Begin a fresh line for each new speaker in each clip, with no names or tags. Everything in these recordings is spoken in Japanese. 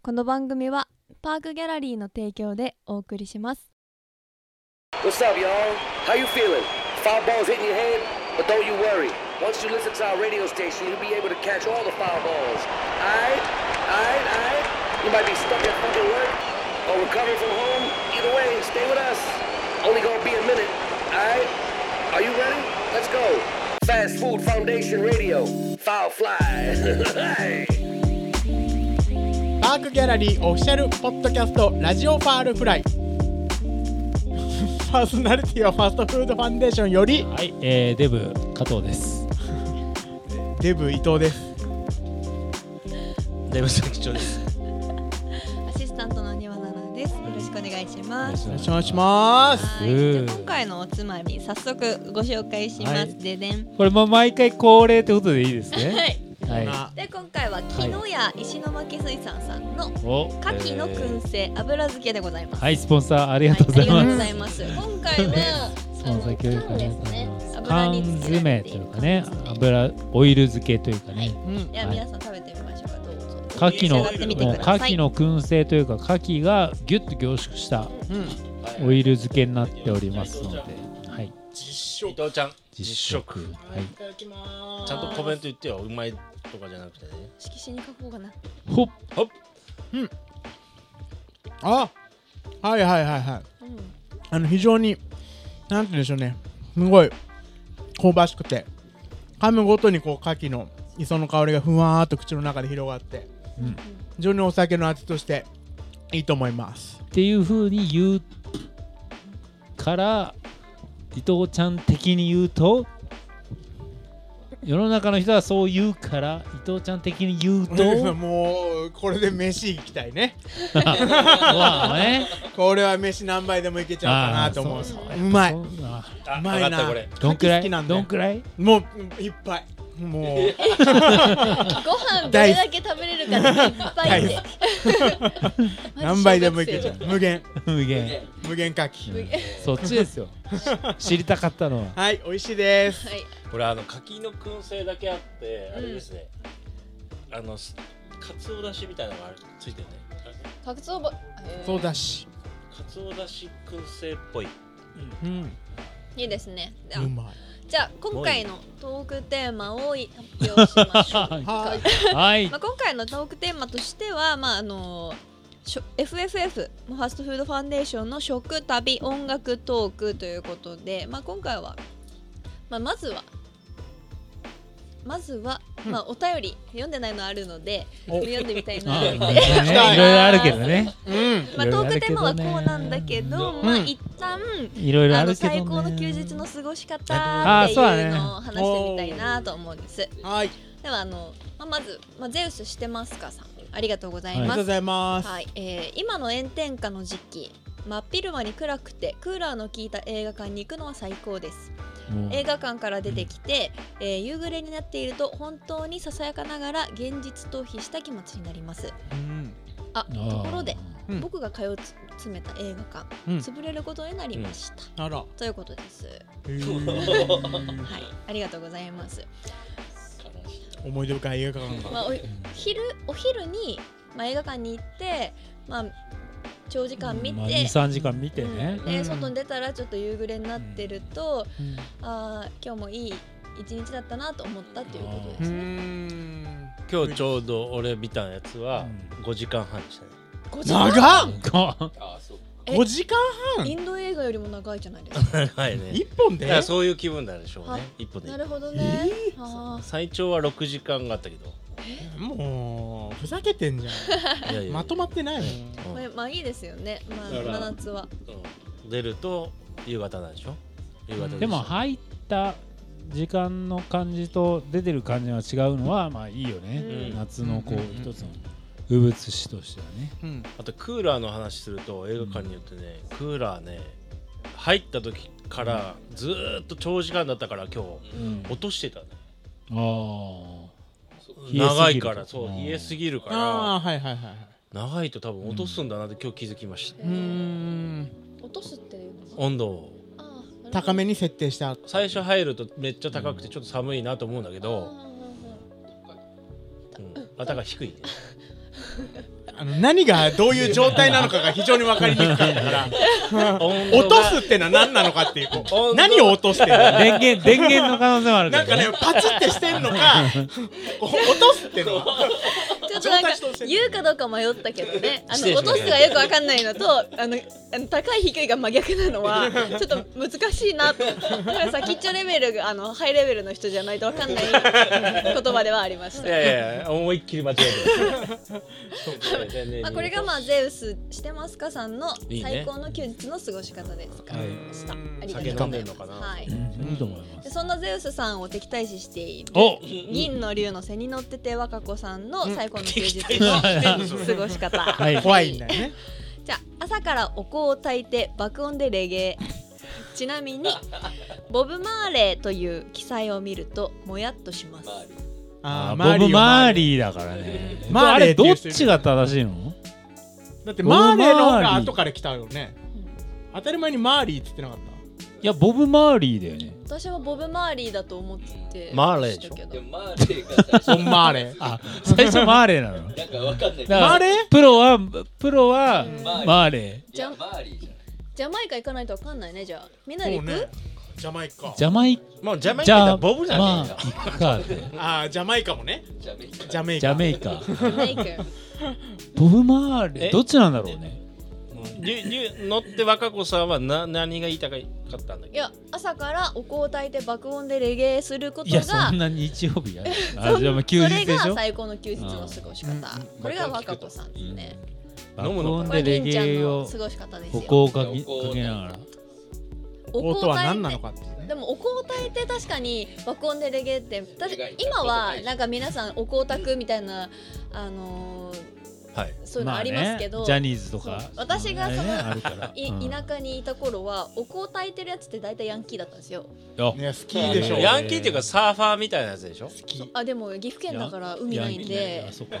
この番組はパークギャラリーの提供でお送りします。
What's up, y'all? How you feeling? Foul balls hitting your head? But don't you worry. Once you listen to our radio station, you'll be able to catch all the foul balls. Aight? Aight? Aight? You might be stuck at fucking work or recovering from home. Either way, stay with us. Only gonna be a minute. Aight? Are you ready? Let's go. Fast Food Foundation Radio. Foul fly. hey.
パークギャラリーオフィシャルポッドキャストラジオファールフライ パーソナリティはファストフードファンデーションより
はい、えー、デブ加藤です。
デブ伊藤です
デブさん貴重です。
アシスタントの庭奈々です。よろしくお願いします。
お願いしますします
はい、じゃあ今回のおつまみ早速ご紹介します。
はい
ででん。
これも毎回恒例ってことでいいです
は
ね。
い。
はい。
あ
で今回は木の屋石巻水産さんの
お、
牡蠣の燻製油漬けでございます。
はい、スポンサーありがとうござい
はあ
ま
りがとう
す
ご。ざいます。今回は
ス
あ
ポ
の
ンサー協力
缶ですね。油
缶
に漬けられ
詰と
て
い
いる
うかね
缶、です
油オイル漬けというかね。
うん
いや、
はい
皆さん食べてみましょうか。どうぞ。
牡蠣の、
召し上がってみて
もう
くだ
牡
さい
蠣の燻製というか、牡蠣がギュッと凝縮した
うん
オイル漬けになっておりますので。はい。
伊藤ちゃん
実食。はい。
ただきま
ちゃんとコメント言ってようまいとかじゃなくてね
色紙に書こうかな。
ほっ。
ほっ
あはいはいはいはい
うん。
あの非常になんて言うんでしょうねすごい香ばしくて噛むごとにこう牡蠣の磯の香りがふわーっと口の中で広がって、
うん
非常にお酒の味としていいと思います
っていう風に言うから伊藤ちゃん的に言うと世の中の人はそう言うから伊藤ちゃん的に言う と
もうこれで飯行きたいね
まあね
これは飯何杯でもいけちゃうかなと思ううまい
そううあ
あ
まい
わか
な
ったこれ
どんくら
好
い
きなんだ
ど
よ
んくらい
もううんいっぱいもう
ご飯どれだけ食べれるかっていっぱいで。
何杯でもいけちゃう無限
無限
無限牡蠣
そっちで すよし知りたかったのは
はい美味しいです
はい。
これあの柿の燻製だけあって
うん
あれですね、あのすかつおだしみたいなのがあるついてるね
白鳥ば。
そうだし
かつおだし燻製っぽい
うん
いいですね。で
う
は
ま
じゃあ今回のトークテーマをい発表しましょう。
いはい
はい
まあ、今回のトークテーマとしては、まああのしょ FFF ファストフードファンデーションの食旅音楽トークということで、まあ、今回は、まあ、まずはまずは、
うん
まあ、お便り読んでないのあるので
お
読んでみたいな
あ
って
まあねいろいろあるけどね
うん
まあ、トークテーマはこうなんだけど、
うん
まあ、一旦
いろいろあ
あの
るけどね
最高の休日の過ごし方って
あ
い
そうだね
うのを話してみたいなと思うんです。
はいあり
ではあの、まあ、まず、まあ、ゼウスしてますかさんありがとうござい
が
ま
とう
す
ご。ざいま す
はいえー今の炎天下の時期真っ昼間に暗くてクーラーの効いた映画館に行くのは最高です
もう
映画館から出てきて、えー夕暮れになっていると本当にささやかながら現実逃避した気持ちになります
うん
あ
あー
ところで、
うん
僕が通うつ詰めた映画館、
うん
潰れることになりました、
あら
ということです、
へー
はいありがとうございます、
思い出深い映画館
ま
が
あ、お昼お昼に、まあ、映画館に行って、まあ、長時間見て、
まあ23時間見てね
うんで
うん
外に出たらちょっと夕暮れになってると、ああ今日もいい一日だったなと思ったということで
う
すね。
ん
今日ちょうど俺見たやつは
うん
5時間半でしたね、
5時間
長っ
こう
え
5時間
インド映画よりも長いじゃないですか。
はいね
一本
だ
で
からそういう気分なんでしょう
あ
ね一本で
なるほどね。あ
最長は6時間があった けど
もうふざけてんじゃ
いやい
ん
や
まとまってないもん
ーまあまあいいですよね。まあ
だから
真夏 は。
うん出ると夕方なんでしょ夕方
でも
は
入った時間の感じと出てる感じが違うのはまあいいよね、
うん
夏のこう
うんうんうん
一つの風物詩としてはね
うん
あとクーラーの話すると映画館によってね、クーラーね入った時からずーっと長時間だったから今日、
うん
落としてたね
あ冷えすぎる
長いからそう
うん
冷えすぎるか
ああ
ら
はいはいはいはい
長いと多分落とすんだなって今日気づきました、
うーん
落とすっていうのか
温度を
な。あー
高。めに設定した
最初入るとめっちゃ高くてちょっと寒いなと思うんだけ
なるほ
ど、
どあー
うん、あたが低いね
あの何がどういう状態なのかが非常に分かりにくかったから
音
落とすってのは何なのかっていうこう
温度が
何を落としてるの
電源電源の可能性もあるか
な
ら
んかねパチってしてんのかこう落とすってのは
ちょっとなんか
上達してる
言うかどうか迷ったけどねあ
失礼し
の落
ました
とすがよくわかんないのとあのあの高い低いが真逆な のはちょっと難しいなとだから先っちょレベルがあのハイレベルの人じゃないとわかんない言葉ではありまし
い
た。
やいや思いっきり間違 えてる
まあ、これがまあゼウスしてますかさんの
いいね
最高の休日の過ごし方ですからました。あ
酒
りがとう
飲
ご
ん
ざ
で
い
んの
ます。
かな
はい。
いいと思いま
ですそんなゼウスさんを敵対視している
お
銀の竜の背に乗ってて和歌子さんの最高の休日
敵対
の
してんのそれ
過ごし方。
い
怖いんだよね
じゃあ朝からお香を焚いて爆音でレゲエち なみにボブ・マーレーという記載を見るともやっとします
あ
あ
ー
ボブ・
よ
マーリーだからね
マ
あ
ーレー
れ
って
ど
い
っ
う人いる
ちが正しいの
だってマーレーの方
ボブマ
が
ーリー
後から来たよね当たり前にマーリーって言ってなかった
いやボブ・マーリーだよね
私はボブ・マーリーだと思って
マーレーでしょ
け
で
ど
もマーレーが最
ボ
初
ンマーレー。
あ最初マーレーなの
なんかわかんないけど
だ
マ
か
ー
ら
レー
プロはプロは
マーレー
マーレ
いやマーリーじゃ
ジャマイカ行かないとわかんないねじゃあみんなで行く、。
ジャマイカ
ージ。ャマイ
もうジャマイ
じ
カ
ゃ
だ
あ
ボブじゃね
ま
え
あ
か
行くかって
ああ、ジャマイカもね。
んじゃあめっちゃ
ジャメイ
ジ
カ。
ャメイカ
ジャマ イカ
ボブ・マーレ
え
ーどっちなんだろうね
りゅりゅ乗って若子さんはな何が言いたかったんだっ
い
け
や朝からお香を焚いて爆音でレゲエすること
いやそ
が
んな日曜日やる
そ
あ
ん
じゃあまあ休
そ
日
れ
でし
が
ょ
最高の休日の過ごし方、これが和歌子さんですね、
飲むのか
爆音
これ
でレ
銀ちゃん
ゲエ
の
を
過ごし方です
歩
よ
行かけ
お香を
かけながら
お香
音
を
は
焚いて
何なのかっていうね。
でもお香を焚いて確かに爆音でレゲエって確か今はなんか皆さんお香を焚くみたいなあのー
はい
そういうのありますけど、
まあねジャニーズとか
そう私がその
ねあるから
い
うん
田舎にいた頃はお香を焚いてるやつって大体ヤンキーだったんですよ
あ
ね、好きでしょ。
い
ヤンキーっていうかサーファーみたいなやつでしょ
あでも岐阜県だから海 ないん
ヤンキー
で
あそっか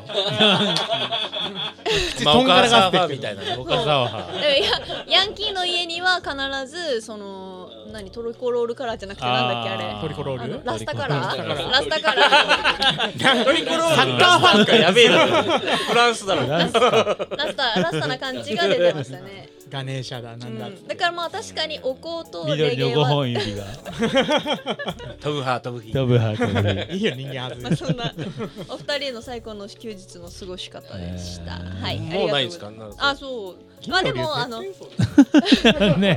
まあ
とんがらが
サ
っ
ー
てる
ファーみ たいな
僕はサワハ
いや ヤンキーの家には必ずその何トルコロールカラーじゃなくてなんだっけあれ
あー
トリコロー
あ
ル
のラスタカ
ラ
ラ
スタカラ
ー
ー
ラスタカラー
トリコロールサッカーファンかやべえなフランスだろ
ラスカ
ラスタラスタな感じが出てましたね、
ガネーシャだ、な
うん
だっ
ん、
て
だ。からまあ確かにお香とレ
緑
ゲ
の
エ
五
は
本指が
飛ぶ派飛ぶ
ダ
派
ブハート
いいよ、人間はず
まあ、。そんなお二人の最高の休日の過ごし方でした。
えー
はい、
もうないんです
あ
か
りがと
なん
うございま
か
すあ、そう。まあでもあの
ね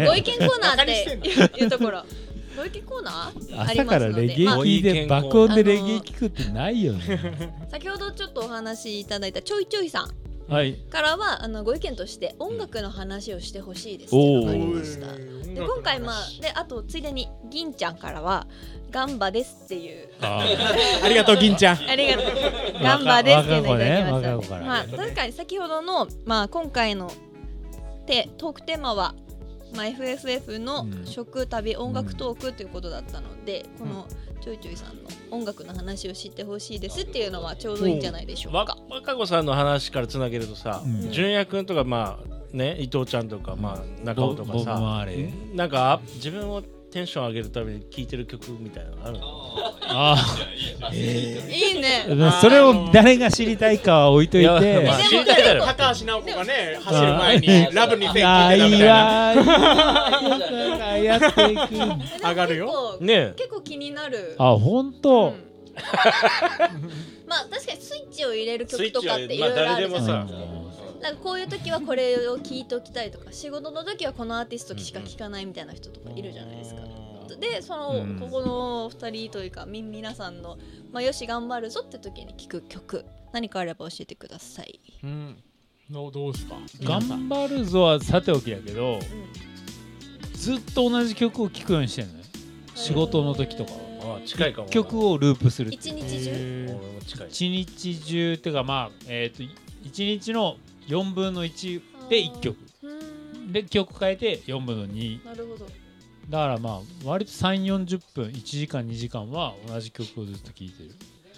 ご意見コーナーっ
馬鹿
て
に
いうところ、ご意見コーナーあり
朝
ま
か
す
ら
の
レゲエ
で、ま
聞いて爆音でレゲエ聞くってないよね
あ、先ほどちょっとお話しいただいたちょいちょいさん
はい
からはあのご意見として音楽の話をしてほしいです
うん
とい
おー
うのがありました。で今回まあであとついでに銀ちゃんからはガンバですっ ていう
ありがとう、銀ちゃん。
ありがとう。ガンバですっていうのいただきまし
若い
た
子ね若い
ね
子。からね
まあ確かに先ほどのまあ今回のてトークテーマは。まあ、FFF の
うん
食旅音楽トークということだったので、このちょいちょいさんの音楽の話を知ってほしいですっていうのはちょうどいいんじゃないでしょう
わ
か。
若子さんの話からつなげるとさ、
うん
純也君とかまあね伊藤ちゃんとかまあ 中尾とか
ボブ
さ、
マーレー
なんか自分をテンション上げるために聴いてる曲みたいなのあるの
あ
あえ
いいね。
あそれを誰が知りたいかは置いとい
いや
て
まあ知りたいだろ
高橋直子がね、走る前に、ラブに線
あ
聞いてたみたい
い
な。
わーいよくあやっていく
でも
上がるよ
結構。
ねえ
結構気になる。
あ本
う
当
ん まあ確かにスイッチを入れる曲とかってい
スイッ
ろ
チを入れ
いろあるじゃ
ま
な
あ
い
誰で
で
も
す
さ
か。なんかこういう時はこれを聞いておきたいとか仕事の時はこのアーティストしか聴かないみたいな人とかいるじゃないですか。でその、
うん
ここのお二人というかみ皆さんの、まあ、よし頑張るぞって時に聴く曲何かあれば教えてください。
うん。どうどうですか
頑張るぞはさておきだけどずっと同じ曲を聴くようにしてんのよ仕事の時とかは
あ近いかもな
曲をループする
一日中
俺も近い
一日中っていうかまあえっ、と一日の4分の1で1曲
うん
で曲変えて4分の2
なるほ
だ
ど。
からまあ割と340分1時間2時間は同じ曲をずっと聴いてる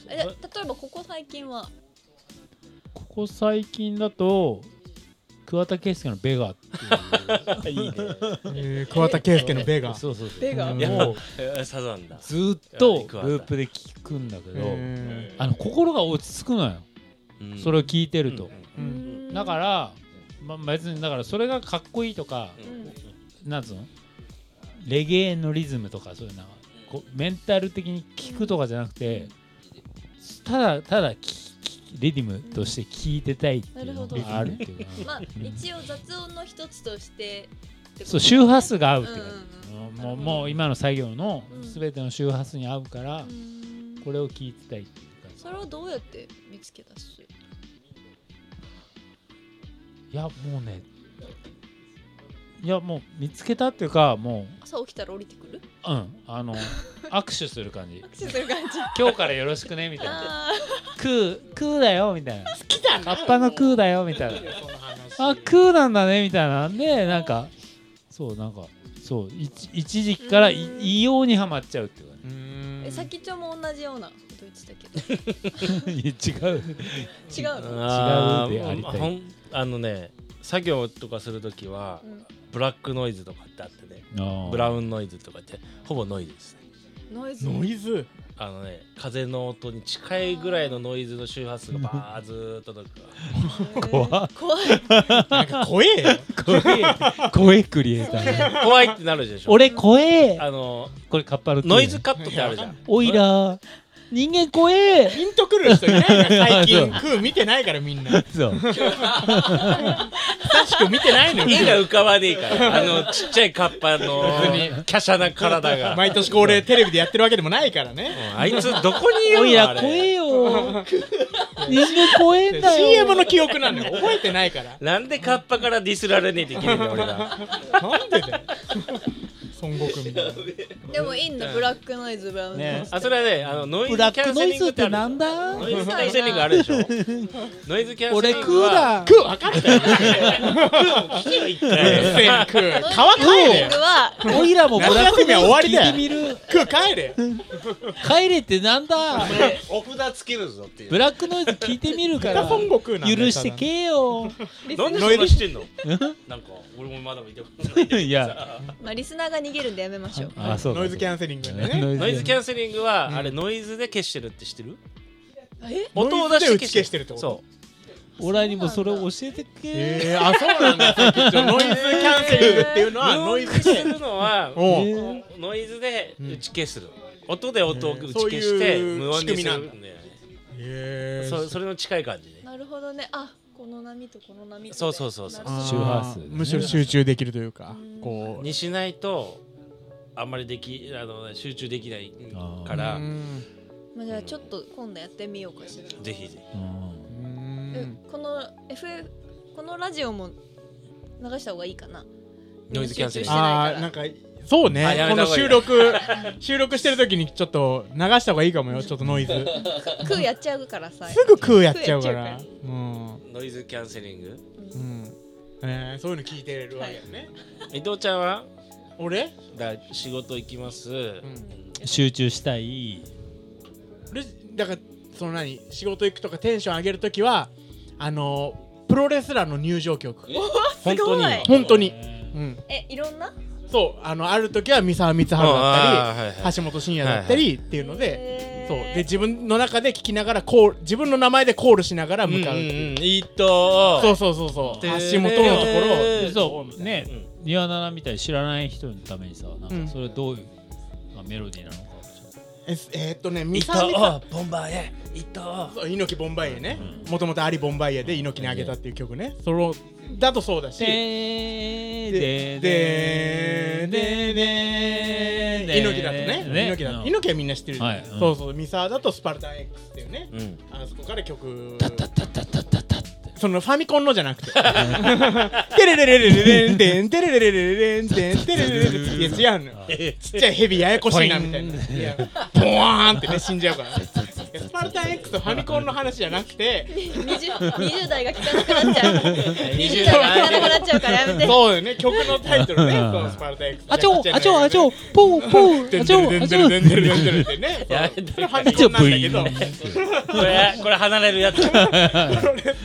え例えばここ最近は
ここ最近だと桑田佳祐の「ベガ」っていういいね
えー桑田佳祐のベガ。
そうそうそう
ベガ
うん
いや
もう
えサザンだ
ずーっとループで聴くんだけど、
えー
あの心が落ち着くのよ、それを聴いてると、
うん
うん
だから、ま、別にだからそれがかっこいいとか、なんつうのレゲエのリズムとかそういうのはこうメンタル的に聞くとかじゃなくてただただ聞き聞きリズムとして聞いてたいっていうのがあるっていうか、
まあ一応雑音の一つとして
そう周波数が合うっていうか、
うんうん
もうもう今の作業の
うん
全ての周波数に合うから、
うん
これを聞いてたいっていうか
それをどうやって見つけ出す
いやもうねいやもう見つけたっていうかも
朝起きたら降りて くる
ううんあの握手する感じ
アクセする感じ
今日からよろしくねみたいな
あ
クークーだよみたいな好きだなカッパのクーだよみたいなあクーなんだねみたいなんでなんかそうなんかそう一一時期からい
うん
異様にはまっちゃうっていうかね
ーえさっきちょも同じようなこと言ってたけど
いや違う
違うの
あー
違うでありたい
ほんあのね作業とかするときは
うん
ブラックノイズとかってあってね
あー
ブラウンノイズとかってほぼノイズですね
ノイズ
ノイズ
あのね風の音に近いぐらいのノイズの周波数がバーッずーっととか
怖っ
怖い
なんか怖えよ
怖え怖えクリエイター
怖いってなるでしょ
俺怖え
あの
これカッパの
ノイズカットってあるじゃん
オイラー人間怖え
ピンとくる人いないから最
そ
近
う
クー見てないからみんな
そう
久しく見てないの
絵
よ
が浮かばねえからあのちっちゃいカッパの華奢な体 が
毎年恒例テレビでやってるわけでもないからね
あいつどこにいる
オ
の
イラー
あれ
怖 えよ人間怖えんだよ
CM の記憶なんだよ覚えてないから
なんでカッパからディスられねえといけねえんだよ俺ら
なんでだよ孫悟空みたいな
でもいいんだブラックノイズブラウン
ね
あそれはねあのノイ
ブ
ズキ
ラ
ャ
ック
ンセ
ノ
リ
イ
ング
ズっ
っ
て
あ
て
るでし
な
ょ
んだ
ノイズキャンセリングあるでしょノイズキャンセ
俺
リン
ク
グ
ー
は
だ
クー分かったよ
え
全然クー川帰れよ
は
オイラもブラック
夏休みは終わりだよ
聞いてみる
クー帰れ
帰れってなんだ
お札つけるぞっていう
ブラックノイズ聞いてみるか
また
ら
孫悟空なんだよ
許してけよ
なんでそんなしてんのなんか俺もまだ見たことないんだけどさ
いや
まあリスナーが逃げるんでやめましょう
あそう
ノイズキャンセリングでね
ノイズキ
ン
ャンセリングは、あれノイズで消してるって知ってる
え
音を出
ノイズ
して消して
で打ち消
る
してるってこと
そう
俺にもそれを教えてけ
えー、あそうなんださっきちょノイズキャンセリングって いうのはノ
ノ
イ
イ
ズ
ズ
で
するのは
おう
え
ノイズで打ち消する、音で音を打ち
そう
消し
い
て
う
無音にする
仕組みなん
んだよね
えー
そそれの近い感じね
なるほどねあこの波とこの波とで
そうそうそうそう
なる
あー
ほ
周波数
むしろ集中できるというか
うん
こう
にしないとあんまりできあの集中できないか
う
ら
ん
どまあじゃあちょっと今度やってみようかしら
ぜひぜ
うん
えこの FF このラジオも流した方がいいかな
ひノイズキャンセリン
集中し
グ
て
あーなんかそう
あ
ね
や
こ
め
の
た方がい
収
い
録 収録してる時にちょっと流した方がいいかもよちょっとノイズ
クーやっちゃうからさ
すぐクーやっちゃうから
食
うん、うん
ノイズキャンセリング
えー、そういうの聞いてるわけよね、
伊藤ちゃんは
俺
だ仕事行きます、
集中したい
ルだからその何仕事行くとかテンション上げるときはあのプロレスラーの入場曲
本当に
すごい
本当に、うん、
えいろんな
そうあのある時は三沢光晴だ
あ
っ
ーはい
た
は
り橋本真也だったりっていうので、
へー
そうで自分の中で聞きながらコール自分の名前でコールしながら向かうっていう、
い伊藤
そうそうそうそう橋本のところを
えー
そうねニワナナみたいに知らない人のためにさな
うん
んかそれどういうまあメロディーなのか
ええーっとね
伊
三
藤
沢光
ボンバーへ伊藤
そう猪木ボンバイエねもともとアリボンバイエで猪木にあげたっていう曲ねそれだとそうだし
で
でででで猪木だとね猪木だと
猪木
猪木はみんな知ってるじゃん
はいうん
そうそうミサーだとスパルタン X っていうね
うん
あそこから曲
タッタッタッタッタッタッタッって
そのファミコンのじゃなくてテレレレレレレンテンテレレレレレレンテンテレレレレレレいや違うのよちっちゃいヘビややこしいなみたいないやボワーンってね死んじゃうからいやスパルタン X とファミコンの話じゃなくて
20, 20代が聞かなくなっちゃう
20
20代が聞かなくなっちゃうからやめて
そうよね曲のタイトルねそのスパルタン X
あちょあちょあちょポーポーあちょあちょ
でんでるでんでるでんでるってね
や
そう
めて
それファミコンなんだけど
これこれ離れる やつ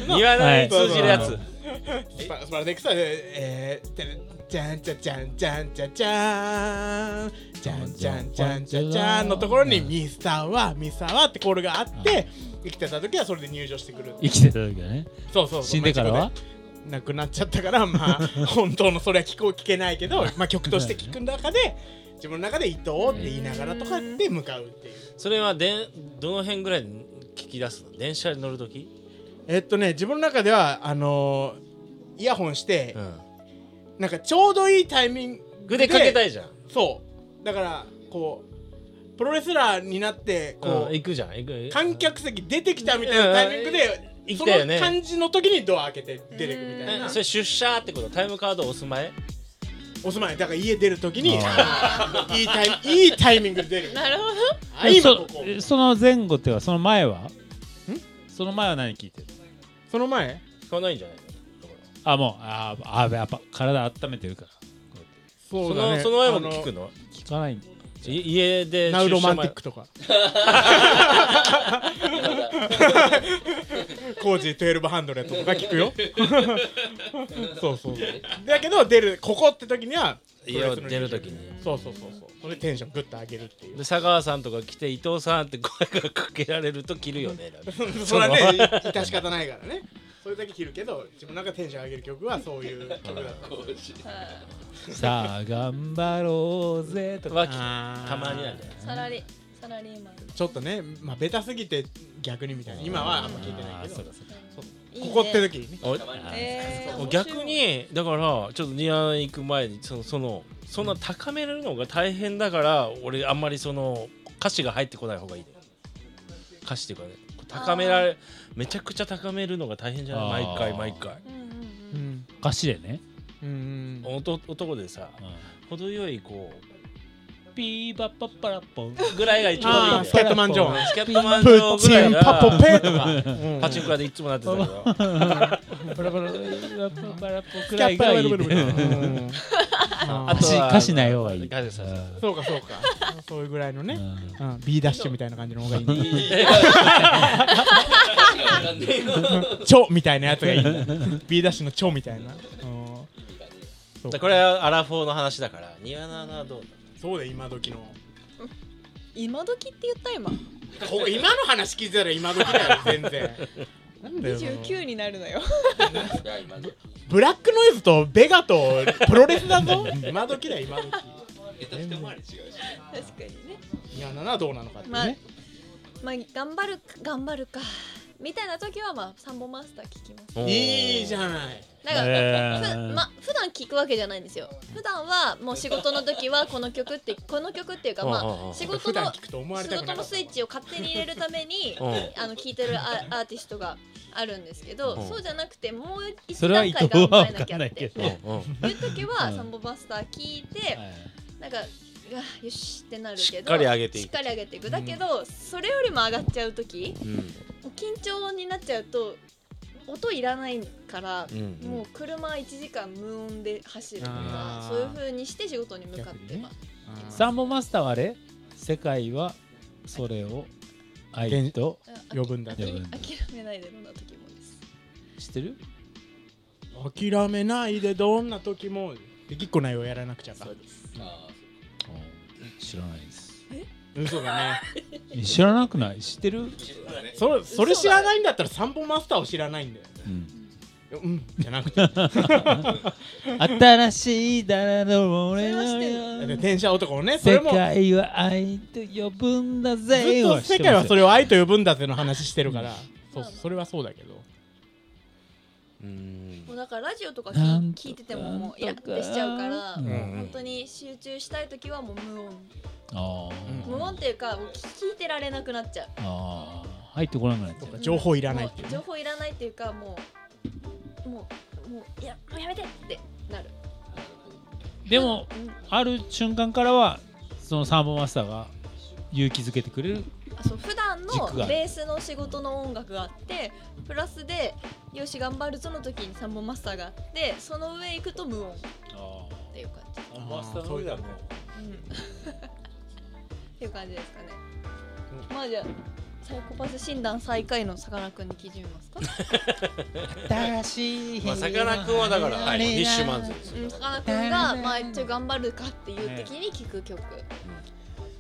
言わない通じるやつ
スパスパルタン X はえーてれじゃんじゃんじゃんじゃんじゃんじゃんじゃんじゃんじゃんじゃんじゃんのところにミスターはミスターはってコールがあって生きてた時はそれで入場してくる
生きてた時はね
そうそうそう
死んでから
まあ
は
事故で亡くなっちゃったからまあ本当のそれは聞こう聞けないけどまあ曲として聞く中で自分の中で伊藤って言いながらとかって向かうっていう
それはでんどの辺ぐらいで聞き出すの電車に乗るとき、
えっとね自分の中ではあのーイヤホンして
ん、
なんかちょうどいいタイミングで
腕かけたいじゃん、
そうだからこうプロレスラーになってこ
う
う
ん行くじゃん行く
観客席出てきたみたいなタイミングで
行
そ
きたいよ
の
ね
感じの時にドア開けて出てくみたい
え
な
それ出社ってことタイムカード押す前
お住ま いだから家出る時にいいタイミいいタイミングで出る
なるほど
あ今こ
そ
こ
その前後っていうかその前はその前は何聞いてる
その前
聞かないんじゃないの
あもうあーあーやっぱ体温めてるからこうや
そ
っ
そのその前も聞く
の
の
て聞かないんだ
い家で
ナウロマンティッ
ク
クとかコージ12ハンドレットとか聞くよそうそうだけど出るここって時には
家を出るときに
そうそうそうそうそれでテンショングッと上げるっていう
で佐川さんとか来て伊藤さんって声がかけられると切るよねだか ら
それはね、致し方ないからね。それだけ切るけど、自分の中でテンション上げる曲はそういう曲だった。
さあ頑張ろうぜとか
はたまになんじゃない
サラリサラリーマン
ちょっとね、まあベタすぎて逆にみたいな。今はあんま聞いてない
あ
け
ーそ
ど
う、だそうだ
いいね
ここって時にね。
お
えー面白い
逆にだからちょっとニア行く前にそのそのそんな高めるのが大変だから俺あんまりその歌詞が入ってこない方がいいね歌詞っていうかね高められめちゃくちゃ高めるのが大変じゃない毎回
あー
毎回
うんうん
うん。
歌詞でね
うん。
男男でさ程よいこ
ピーバッパッパラッポン
うぐらいが一番いい
あ
ん
あ、
だ
スケ
よ
ットマンジョーン。
スケットマン
プ
ジョ
ッ
ーぐら
チ
い
ンパポ
が
ペとか。
パチンコ屋でいつもなってたけど
パラパラパラパラポンく
キャ
ら
ッ
い
パ
が
ー
いいね
うんあ
あと
歌詞
は
歌詞ない方がいい
歌詞さ
そうかそうか。そういうぐらいの
う
ね。
ん
うん、B ダッシュみたいな感じの方が いいね。超みたいなやつがいいね。B ダッシュの超みたいな。うん
だこれはアラフォーの話だからニアナナはどうだ
そうだよ今時の。
今時って言った今
こ今の話聞いてたら今時だよ全然なんだよ
29になるのよ
ブラックノイズとベガとプロレスだ ぞ今時だよ今時
確かにね
いやななどうなのかってね、
まあまあ頑張るか頑張るかみたいな時はまあサンボマスター聞きます
いいじゃない
だから、
へー
ふま普段聞くわけじゃないんですよ普段はもう仕事の時はこの 曲ってこの曲っていうかま
うんうんう
あ
ん
仕
普
事
段
の
聞くと思われ
仕
たくなか
事の
った
スイッチを勝手に入れるために
うん
あの聴いてるアアーティストがあるんですけど
うん
そうじゃなくてもう一
それは
段
伊
階
藤
頑
は
張ら
分
なき
か
ゃ
んな
っ
いけ
て
ど
うん うん
いう時は
うん
サンボマスター聞いてなんかうわよしってなるけど
しっかり上げていく
しっかり上げていくだけどそれよりも上がっちゃう時
うん
緊張になっちゃうと音いらないから
うんうん
もう車1時間無音で走ると
あー
かそういう風にして仕事に向かってます
サンボマスターはあれ世界はそれを愛と
あ
呼ぶんだ
で
諦
も
めないで飲んだ時もです
知ってる
諦めないでどんな時もできっこないをやらなくちゃか
知らないです
嘘 だね
知らなくない知ってる
それそれ知らないんだったら三本マスターを知らないんだよ
うん
うんじゃなくて
新しいだらの俺
それは知っ
の
てる
ように
電車男をねそれ
世
も
界は愛と呼ぶんだ
ずっ
ぜ
と世界はそ
れ
れを愛と呼ぶんだっての話してるからそうそうそれはそうだけど
うん
もうだからラジオとか聞
なんとか
聞いててももうイラッてしちゃうから、
うん
もう本当に集中したい時はもう無音
あ
うん
無音っていうかもう聞聞いてられなくなっちゃう
ーあー入ってこなくなっちゃう
情報いらないっていう
も
ね
う情報いらないっていうかもうもうもういやもうやめてってなる
でも
うん
ある瞬間からはそのサンボマスターが勇気づけてくれる
あそう普段
軸が
のベースの仕事の音楽があってプラスでよし頑張るぞの時にサンボマスターがあってその上行くと無音っていう感じ、
サ
ンボマスターの上だもん
うん、 っていう感じですかね
う
まあじゃあサイコパス診断最下位のさかなクンに基準ますか
新しい
まあさかなクンはだからフィッシュマンズです
うん
よ
さかなクンがまあ一応頑張るかっていう時に聴く曲、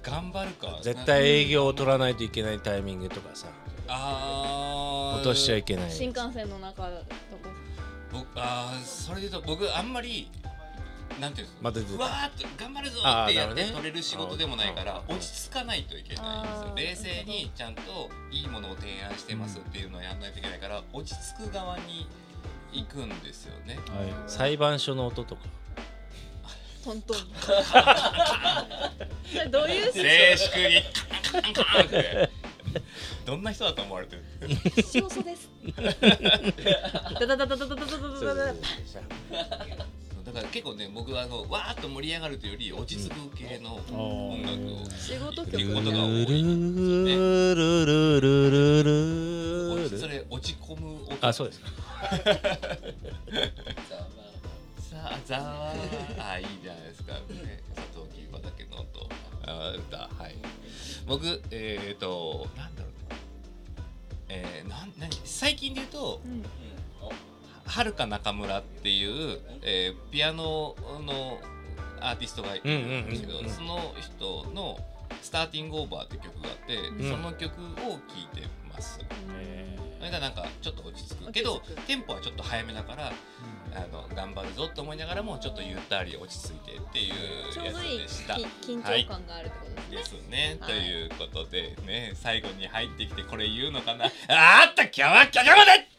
頑張るか
絶対営業を取らないといけないタイミングとかさ
あー
落としちゃいけない
新幹線の中とか
僕あーそれで言うと僕あんまりなんていうんですか、
また出てき
う
た
わーって頑張るぞ
あ
っ
ーな
て
る
や
ほど
って
ね
取れる仕事でもないから
うん
落ち着かないといけないんですよ冷静にちゃんといいものを提案してますっていうのをやんないといけないから落ち着く側に行くんですよね
は
裁判所の音とか
トン トンそれどういう
静粛にカンカンカンってどんな人だと思われてる
塩素ですダダダダダダダダダダダ
だから結構ね僕はあのわーっと盛り上がるというより落ち着く系の音楽を
仕事
ってい
曲
うこ
み
と
たい
が
な
多い
ルルルルルルル
落
ル
ちそれ落ち込む音
あそうですか
さあざわあいいじゃないですか、ね、佐藤木畑の音あ歌はい僕えっ、ー、となんだろうねえー、なん何最近で言うと
うん
はるか中村っていう、えーピアノのアーティストがいるんですけど、
うんうんうんうん
その人の「スターティングオーバー」って曲があって、
うん
その曲を聴いてます。それがなんかちょっと落ち着くけど
落ち着く
テンポはちょっと早めだから、あの頑張るぞと思いながらもちょっとゆったり落ち着いてって
ちょう
いうやつ
どいい
でした。
き緊張感があるってことで
ですすね、
はい
ということでね最後に入ってきてこれ言うのかなあーった今日は今日まで